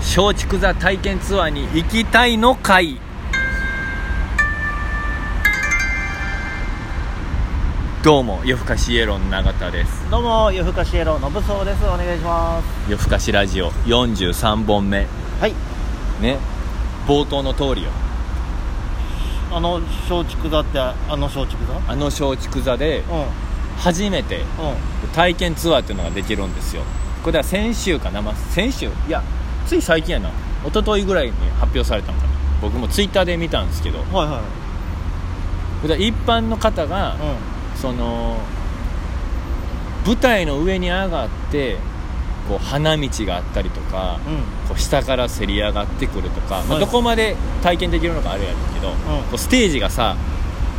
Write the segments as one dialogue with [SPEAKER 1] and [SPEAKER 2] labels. [SPEAKER 1] 松竹座体験ツアーに行きたいの会どうも夜更かしイエローの永田です
[SPEAKER 2] どうも夜更かしエロのぶそうですお願いしま
[SPEAKER 1] 夜更かしラジオ43本目
[SPEAKER 2] すはい
[SPEAKER 1] ね冒頭の通りよ
[SPEAKER 2] あの松竹座ってあの松竹座
[SPEAKER 1] あの松竹座で
[SPEAKER 2] うんうん
[SPEAKER 1] 初めて体験ツアーっていうのができるんですよこれは先週かな、まあ、先週いやつい最近やな一昨日ぐらいに発表されたのかな僕もツイッターで見たんですけど
[SPEAKER 2] はいは
[SPEAKER 1] これは一般の方が
[SPEAKER 2] いうん
[SPEAKER 1] その舞台の上に上がってこう花道があったりとか
[SPEAKER 2] うん
[SPEAKER 1] こう下からせり上がってくるとか、ま
[SPEAKER 2] は
[SPEAKER 1] あ、
[SPEAKER 2] い
[SPEAKER 1] どこまで体験できるのかあれやねんけど、こうステージがさ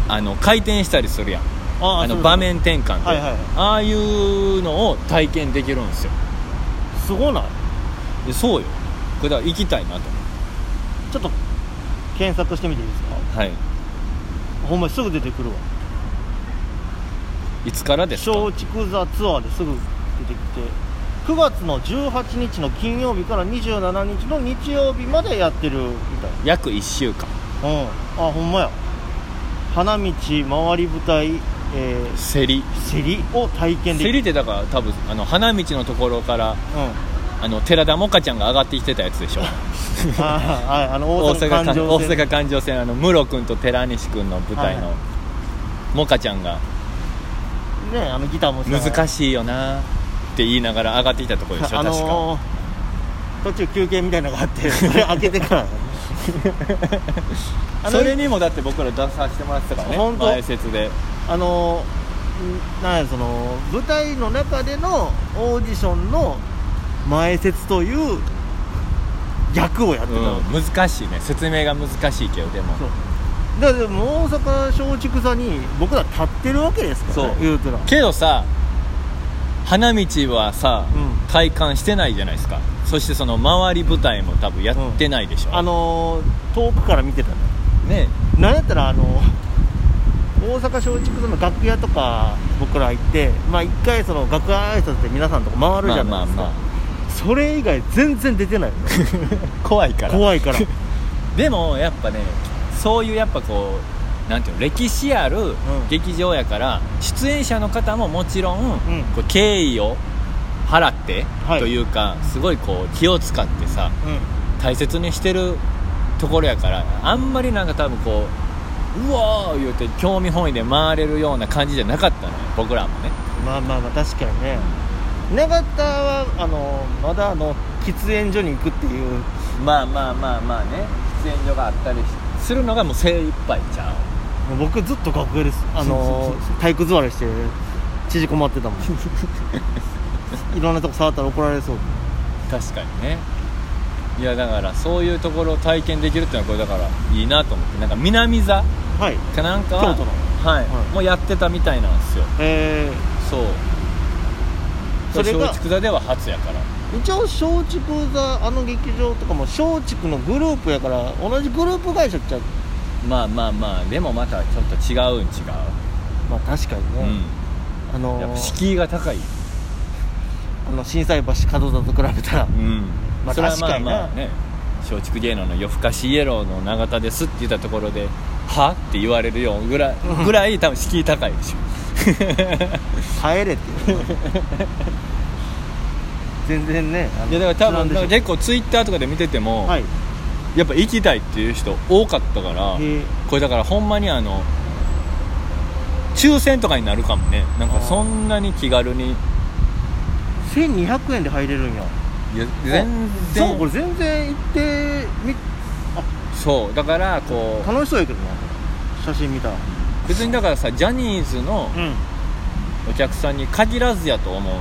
[SPEAKER 1] あの回転したりするやん
[SPEAKER 2] あ
[SPEAKER 1] あの場面転換で、
[SPEAKER 2] はいはいはい
[SPEAKER 1] ああいうのを体験できるんですよ
[SPEAKER 2] すごない
[SPEAKER 1] でそうよこれだから行きたいなと
[SPEAKER 2] ちょっと検索してみていいですか
[SPEAKER 1] はい
[SPEAKER 2] ほんますぐ出てくるわ
[SPEAKER 1] いつからですか
[SPEAKER 2] 松竹座ツアーですぐ出てきて9月の18日の金曜日から27日の日曜日までやってるみたい
[SPEAKER 1] 約1週間
[SPEAKER 2] うん、あほんまや花道回り舞台、え
[SPEAKER 1] せり
[SPEAKER 2] ー、競りを体験で
[SPEAKER 1] せり
[SPEAKER 2] きる
[SPEAKER 1] ってだから多分あの花道のところからあの寺田もかちゃんが上がってきてたやつでしょ
[SPEAKER 2] うん、あはいあの 大阪
[SPEAKER 1] か
[SPEAKER 2] 環状
[SPEAKER 1] 大
[SPEAKER 2] 線
[SPEAKER 1] 阪環状線あの室君と寺西君の舞台の、
[SPEAKER 2] はい
[SPEAKER 1] もかちゃんが
[SPEAKER 2] ねあのギターも
[SPEAKER 1] 難
[SPEAKER 2] し
[SPEAKER 1] しいよなって言いながら上がってきたところでしょ、
[SPEAKER 2] あのー、途中休憩みたいなのがあ ってそれ開けてから
[SPEAKER 1] 確
[SPEAKER 2] あ
[SPEAKER 1] か
[SPEAKER 2] の
[SPEAKER 1] それにもだって僕ら出させてもらってたからね
[SPEAKER 2] 本当
[SPEAKER 1] 前説で
[SPEAKER 2] あのーんなんやその舞台の中でのオーディションの前説という役をやってた
[SPEAKER 1] う
[SPEAKER 2] の、
[SPEAKER 1] ん、難しいね説明が難しいけどでも
[SPEAKER 2] そうだからでも大阪松竹座に僕ら立ってるわけですから、ね
[SPEAKER 1] そ、う
[SPEAKER 2] 言うたら
[SPEAKER 1] けどさ花道はさ、
[SPEAKER 2] うん
[SPEAKER 1] 体感してないじゃないですかそしてその周り舞台も多分やってないでしょ、
[SPEAKER 2] あのー遠くから見てたね
[SPEAKER 1] ね
[SPEAKER 2] なんやったらあの大阪松竹座の楽屋とか僕ら行ってまあ一回その楽屋挨拶で皆さんとこ回るじゃないですか、
[SPEAKER 1] まあまあま
[SPEAKER 2] それ以外全然出てないの
[SPEAKER 1] 怖いから
[SPEAKER 2] 怖 いからうん
[SPEAKER 1] でもやっぱねそういうやっぱこうなんていうの歴史ある劇場やから、出演者の方ももちろん、
[SPEAKER 2] ん
[SPEAKER 1] こう敬意を払って、
[SPEAKER 2] はい
[SPEAKER 1] というかすごいこう気を使ってさ大切にしてるところやからあんまりなんか多分こううわー言うて興味本位で回れるような感じじゃなかったのよ僕らもね
[SPEAKER 2] まあまあまあ確かにね永田はあのまだあの喫煙所に行くっていう
[SPEAKER 1] まあまあまあまあね喫煙所があったりするのがもう精一杯ちゃう
[SPEAKER 2] もう僕ずっと楽屋ですあの体育座りして縮こまってた もんいろんなとこ触ったら怒られそう
[SPEAKER 1] 確かにねいやだからそういうところを体験できるっていうのはこれだからいいなと思ってなんか南座
[SPEAKER 2] はい
[SPEAKER 1] かなんかは
[SPEAKER 2] 京都の
[SPEAKER 1] はい
[SPEAKER 2] はい
[SPEAKER 1] もうやってたみたいなんですよ
[SPEAKER 2] えー、
[SPEAKER 1] そう
[SPEAKER 2] それが
[SPEAKER 1] 松竹座では初やから
[SPEAKER 2] 一応松竹座あの劇場とかも松竹のグループやから同じグループ会社っちゃう
[SPEAKER 1] まあまあまあでもまたちょっと違うん違う
[SPEAKER 2] まあ確かにね、
[SPEAKER 1] うん
[SPEAKER 2] あの
[SPEAKER 1] やっぱ
[SPEAKER 2] ー、
[SPEAKER 1] 敷居が高い、
[SPEAKER 2] あの震災橋門座と比べたら
[SPEAKER 1] う ん
[SPEAKER 2] まあ
[SPEAKER 1] それは
[SPEAKER 2] 確かにな
[SPEAKER 1] まあまあね松竹芸能の夜更かしイエローの永田ですって言ったところで「は?」って言われるようぐらいぐらい多分敷居高いでしょ
[SPEAKER 2] 帰れっていう 全然ねあの
[SPEAKER 1] いやだから多分
[SPEAKER 2] 違うんでし
[SPEAKER 1] 結構ツイッターとかで見てて
[SPEAKER 2] ょ
[SPEAKER 1] も、
[SPEAKER 2] はい
[SPEAKER 1] やっぱ行きたいっていう人多かったから
[SPEAKER 2] へえ
[SPEAKER 1] これだからほんまにあの抽選とかになるかもねなんか
[SPEAKER 2] あー
[SPEAKER 1] そんなに気軽にい
[SPEAKER 2] 1200円で入れるんや
[SPEAKER 1] や全然
[SPEAKER 2] そうこれ全然行ってみ
[SPEAKER 1] そうだからこう
[SPEAKER 2] 楽しそうやけどな写真見たら
[SPEAKER 1] 別にだからさジャニーズの
[SPEAKER 2] うん
[SPEAKER 1] お客さんに限らずやと思うのよ、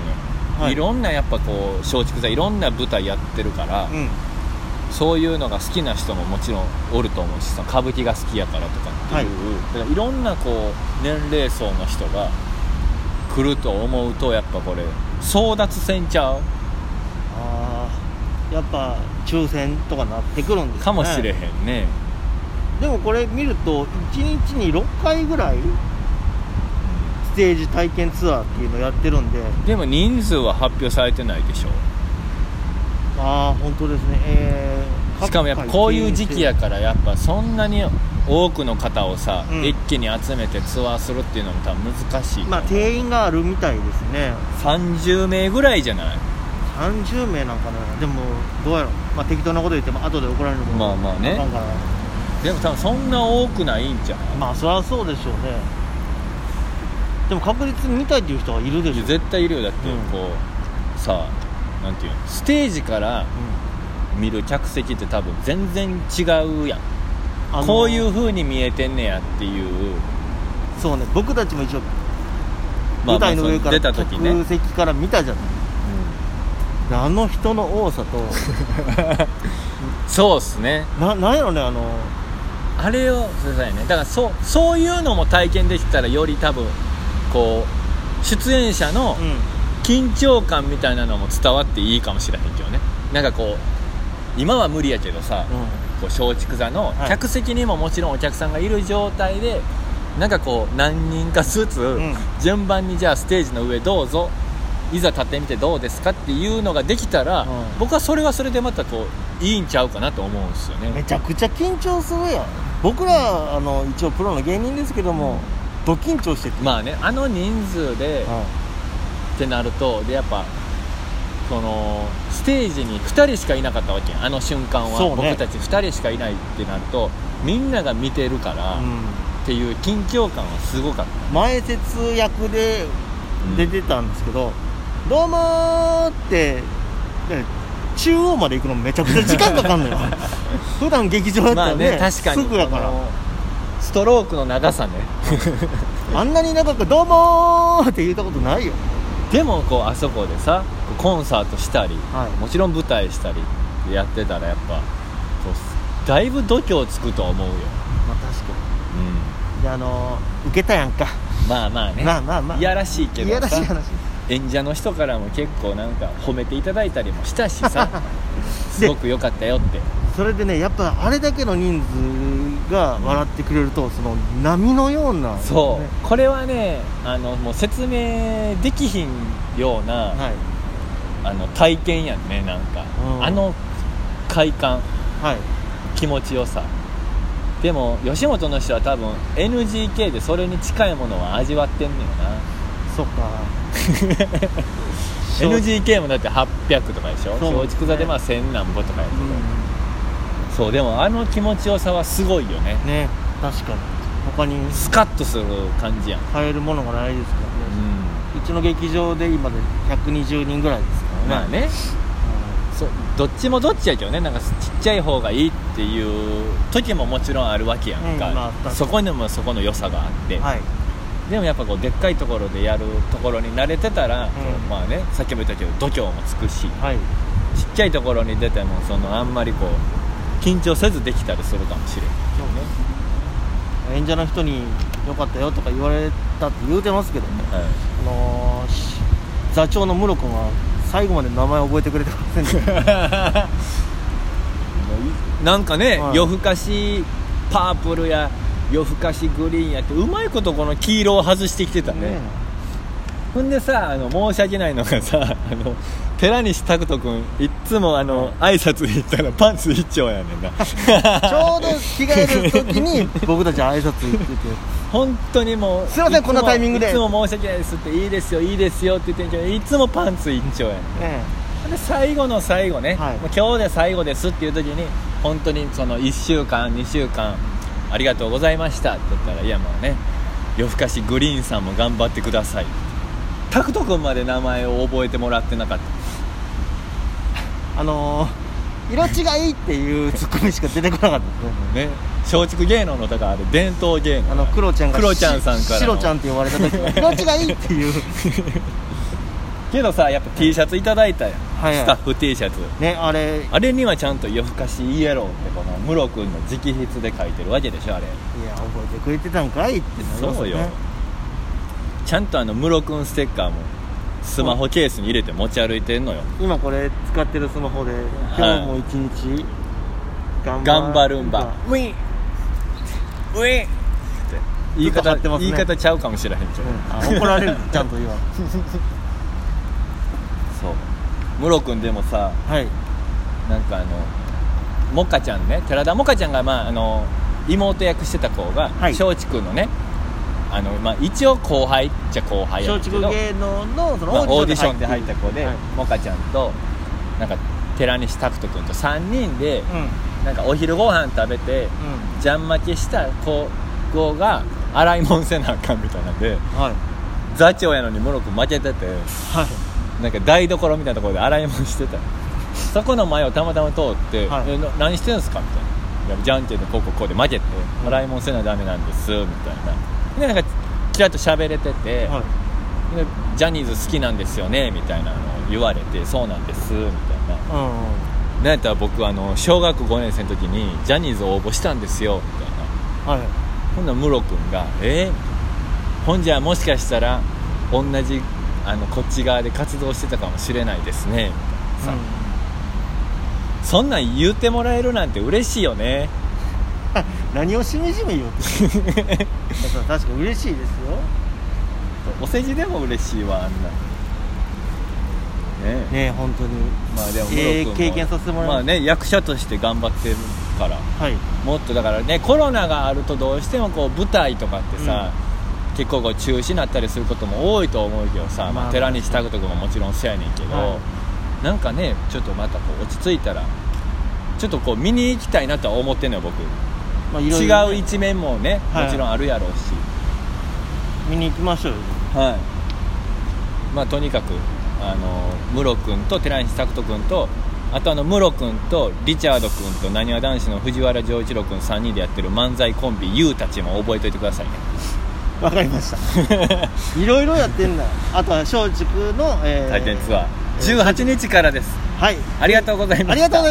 [SPEAKER 2] はい
[SPEAKER 1] い、ろんなやっぱこう松竹座いろんな舞台やってるから、
[SPEAKER 2] うん
[SPEAKER 1] そういうのが好きな人ももちろんおると思うしさ歌舞伎が好きやからとかっていう、い、だからいろんなこう年齢層の人が来ると思うとやっぱこれ争奪戦ちゃう
[SPEAKER 2] ああやっぱ抽選とかなってくるんですね
[SPEAKER 1] かもしれへんね、
[SPEAKER 2] でもこれ見ると1日に6回ぐらいステージ体験ツアーっていうのやってるんで
[SPEAKER 1] でも人数は発表されてないでしょ
[SPEAKER 2] ああ本当ですねえー
[SPEAKER 1] しかもやっぱこういう時期や
[SPEAKER 2] 各界
[SPEAKER 1] からやっぱそんなに多くの方をさ、
[SPEAKER 2] うん
[SPEAKER 1] 一気に集めてツアーするっていうのも多分難しい
[SPEAKER 2] 限定まあ定員があるみたいですね
[SPEAKER 1] 30名ぐらいじゃない
[SPEAKER 2] 30名なんかなでもどうやろう、まあ、適当なこと言っても後で怒られるのも
[SPEAKER 1] まあまあね
[SPEAKER 2] なんかな
[SPEAKER 1] でも多分そんな多くないんじゃない、
[SPEAKER 2] まあそりゃそうでしょうねでも確実に見たいっていう人はいるで
[SPEAKER 1] い
[SPEAKER 2] しょ
[SPEAKER 1] や絶対いるよだって
[SPEAKER 2] うん
[SPEAKER 1] こう、さなんていうのステージから見る客席って多分全然違うやん
[SPEAKER 2] うんあの
[SPEAKER 1] こういう風に見えてんねやっていう、
[SPEAKER 2] そうね僕たちも一応舞台の上から
[SPEAKER 1] 出た時ね、
[SPEAKER 2] 客席から見たじゃないであの人の多さと
[SPEAKER 1] そうっすね
[SPEAKER 2] ななんやろねあの
[SPEAKER 1] あれをくださいねだからそうそういうのも体験できたらより多分こう出演者の
[SPEAKER 2] うん
[SPEAKER 1] 緊張感みたいなのも伝わっていいかもしれへんけどねなんかこう今は無理やけどさ、こう松竹座の
[SPEAKER 2] はい
[SPEAKER 1] 客席にももちろんお客さんがいる状態で、なんかこう何人かずつ、
[SPEAKER 2] ん
[SPEAKER 1] 順番にじゃあステージの上どうぞいざ立ってみてどうですかっていうのができたら、
[SPEAKER 2] うん
[SPEAKER 1] 僕はそれはそれでまたこういいんちゃうかなと思うんですよ
[SPEAKER 2] め
[SPEAKER 1] ね
[SPEAKER 2] ちゃくちゃ緊張するやん僕らあの一応プロの芸人ですけどもド緊張してて、
[SPEAKER 1] まあねあの人数で
[SPEAKER 2] はい
[SPEAKER 1] ってなるとでやっぱそのステージに2人しかいなかったわけやんあの瞬間は、
[SPEAKER 2] そうね
[SPEAKER 1] 僕たち2人しかいないってなるとみんなが見てるから、
[SPEAKER 2] う
[SPEAKER 1] っ
[SPEAKER 2] ん
[SPEAKER 1] ていう緊張感はすごかった
[SPEAKER 2] 前説役で出てたんですけど、どうもーってね中央まで行くのめちゃくちゃ時間かかん のよ普段劇場だった
[SPEAKER 1] ま
[SPEAKER 2] ら
[SPEAKER 1] あ
[SPEAKER 2] ね,、
[SPEAKER 1] ね確かに
[SPEAKER 2] すぐやか
[SPEAKER 1] こ
[SPEAKER 2] ら
[SPEAKER 1] のストロークの長さね
[SPEAKER 2] あんなに長く「どうもー!」って言ったことないよ
[SPEAKER 1] でもこうあそこでさこうコンサートしたり、
[SPEAKER 2] はい
[SPEAKER 1] もちろん舞台したりやってたらやっぱこうだいぶ度胸つくと思うよ、
[SPEAKER 2] まあ確かにであのー受けたやんか
[SPEAKER 1] うん、まあまあね、
[SPEAKER 2] まあまあまあ
[SPEAKER 1] いやらしいけ
[SPEAKER 2] い
[SPEAKER 1] ど
[SPEAKER 2] やらしい
[SPEAKER 1] さ
[SPEAKER 2] 話
[SPEAKER 1] 演者の人からも結構なんか褒めていただいたりもしたし さすごく良かったよって
[SPEAKER 2] それでねやっぱあれだけの人数が笑ってくれると、その波のような、
[SPEAKER 1] そう、
[SPEAKER 2] ね
[SPEAKER 1] これはねあのもう説明できひんような、
[SPEAKER 2] はい
[SPEAKER 1] あの体験やんねなんか、
[SPEAKER 2] うん
[SPEAKER 1] あの快感
[SPEAKER 2] はい
[SPEAKER 1] 気持ちよさでも吉本の人は多分 NGK でそれに近いものは味わってんのよな
[SPEAKER 2] そっ か正直
[SPEAKER 1] NGK もだって800とかでしょ
[SPEAKER 2] そう
[SPEAKER 1] 松竹座でまあ1000何歩とかやけ
[SPEAKER 2] う
[SPEAKER 1] ど、
[SPEAKER 2] ん
[SPEAKER 1] そうでもあの気持ちよさはすごいよね
[SPEAKER 2] ね確かに他に
[SPEAKER 1] スカッとする感じやん、う
[SPEAKER 2] 買えるものがないですから
[SPEAKER 1] ん、
[SPEAKER 2] ね、うちの劇場で今で120人ぐらいですからね
[SPEAKER 1] まあねそうどっちもどっちやけどねなんかちっちゃい方がいいっていう時ももちろんあるわけやんか、
[SPEAKER 2] うんまあ確かに
[SPEAKER 1] そこにもそこの良さがあって、
[SPEAKER 2] はい、
[SPEAKER 1] でもやっぱこうでっかいところでやるところに慣れてたら、まあねさっきも言ったけど度胸もつくしちっ
[SPEAKER 2] はい、
[SPEAKER 1] ちゃいところに出てもそのあんまりこう緊張せずできたりするかもしれん
[SPEAKER 2] 今日ね演者の人に「良かったよ」とか言われたって言うてますけどね、あのーし座長の室君は最後まで名前覚えてくれてませんでした
[SPEAKER 1] はいなんかね、
[SPEAKER 2] はい
[SPEAKER 1] 夜更かしパープルや夜更かしグリーンやってうまいことこの黄色を外してきてた ねほんでさあの申し訳ないのがさ あの寺西拓人君いっつもあの挨拶行ったらパンツ一丁やねんな
[SPEAKER 2] ちょうど着替える時に僕たち挨拶行ってて
[SPEAKER 1] 本当にもう
[SPEAKER 2] すいません
[SPEAKER 1] つも
[SPEAKER 2] こんなタイミングで
[SPEAKER 1] いつも申し訳ないですっていいですよいいですよって言ってんけどいつもパンツ一丁やね
[SPEAKER 2] え
[SPEAKER 1] んで最後の最後ね、
[SPEAKER 2] はい
[SPEAKER 1] もう今日で最後ですっていう時に本当にその1週間2週間ありがとうございましたって言ったらいやまあね夜更かしグリーンさんも頑張ってくださいタクト君まで名前を覚えてもらってなかっ
[SPEAKER 2] あのー色違いっていうツッコミしか出てこなかったですね
[SPEAKER 1] たね松竹芸能のだからあれ伝統芸能
[SPEAKER 2] あのクロちゃんが
[SPEAKER 1] クロちゃんさんからの
[SPEAKER 2] シロちゃんって呼ばれた時は色違いっていう
[SPEAKER 1] けどさやっぱ T シャツいただいたやん、
[SPEAKER 2] はい
[SPEAKER 1] スタッフ T シャツ
[SPEAKER 2] ねあれ
[SPEAKER 1] あれにはちゃんと「夜更かしイエロー」ってこのムロ君の直筆で書いてるわけでしょあれ
[SPEAKER 2] いや覚えてくれてたんかいってなりますね
[SPEAKER 1] そうよちゃんとあのムロ君ステッカーもスマホケースに入れて持ち歩いてんのよ
[SPEAKER 2] 今これ使ってるスマホで今日も一日
[SPEAKER 1] 「
[SPEAKER 2] 頑
[SPEAKER 1] 頑張るんば」ウィンウィンって言い
[SPEAKER 2] ちょっと張
[SPEAKER 1] 方、
[SPEAKER 2] ってます
[SPEAKER 1] 言
[SPEAKER 2] ね
[SPEAKER 1] い方ちゃうかもしれへんけ
[SPEAKER 2] う
[SPEAKER 1] ど、
[SPEAKER 2] んあ 怒られるちゃんと今
[SPEAKER 1] そうムロ君でもさ
[SPEAKER 2] はい
[SPEAKER 1] なんかあのモカちゃんね寺田モカちゃんが、まあ、あの妹役してた子が
[SPEAKER 2] はい
[SPEAKER 1] 松竹、のねあの、まあ、一応後輩っちゃ後輩やねん
[SPEAKER 2] 松
[SPEAKER 1] けど
[SPEAKER 2] 竹芸能のその
[SPEAKER 1] まあオーディションで入った子で、
[SPEAKER 2] はい
[SPEAKER 1] モカちゃんとなんか寺西拓人君と3人で
[SPEAKER 2] うんうん
[SPEAKER 1] なんかお昼ご飯食べてジャン負けした子が洗い物せなあかんみたいなんで
[SPEAKER 2] はい
[SPEAKER 1] 座長やのにムロ君負けてて
[SPEAKER 2] はい
[SPEAKER 1] なんか台所みたいなところで洗い物 してたよそこの前をたまたま通って「
[SPEAKER 2] はい
[SPEAKER 1] えな何してんすか?」みたいな「いやじゃんけんでこうこうこうで負けて
[SPEAKER 2] うん
[SPEAKER 1] 洗い物せなダメなんです」みたいなでなんかちらっと喋れてて、
[SPEAKER 2] はい
[SPEAKER 1] で「ジャニーズ好きなんですよね」みたいなのを言われて「そうなんです」みたいな
[SPEAKER 2] うん
[SPEAKER 1] なんやったら僕あの小学5年生の時にジャニーズを応募したんですよみたいな
[SPEAKER 2] はい
[SPEAKER 1] ほんならムロ君が「えー、ほんじゃもしかしたら同じあのこっち側で活動してたかもしれないですね」みたいなさ、そんなん言うてもらえるなんて嬉しいよね
[SPEAKER 2] うん何をしみじみ言うてる 確かに嬉しいですよ
[SPEAKER 1] お世辞でも嬉しいわあんなねえ
[SPEAKER 2] ねえ本当に
[SPEAKER 1] まあでもムロ
[SPEAKER 2] ええ
[SPEAKER 1] 君も
[SPEAKER 2] 経験させてもらい
[SPEAKER 1] まあ
[SPEAKER 2] す
[SPEAKER 1] ね役者として頑張ってるから
[SPEAKER 2] はい
[SPEAKER 1] もっとだからねコロナがあるとどうしてもこう舞台とかってさ、結構こう中止になったりすることも多いと思うけどさ、ま
[SPEAKER 2] ま
[SPEAKER 1] あ、
[SPEAKER 2] あ
[SPEAKER 1] 寺西拓人君ももちろんそうやねんけど、
[SPEAKER 2] は
[SPEAKER 1] なんかねちょっとまたこう落ち着いたらちょっとこう見に行きたいなとは思ってんのよ僕
[SPEAKER 2] まあいろいろ
[SPEAKER 1] 違う一面もね、
[SPEAKER 2] はい
[SPEAKER 1] もちろんあるやろうし、
[SPEAKER 2] 見に行きましょうよ
[SPEAKER 1] はいまあ、とにかくあのムロ君と寺西拓人君とあとあのムロ君とリチャード君となにわ男子の藤原丈一郎君3人でやってる漫才コンビ YOU たちも覚えといてくだ さいね
[SPEAKER 2] わかりましたいろいろやってんだあとは松竹の、えー
[SPEAKER 1] 体験ツアー18日からです
[SPEAKER 2] はい
[SPEAKER 1] ありがとうございま
[SPEAKER 2] あり
[SPEAKER 1] した
[SPEAKER 2] がとうございます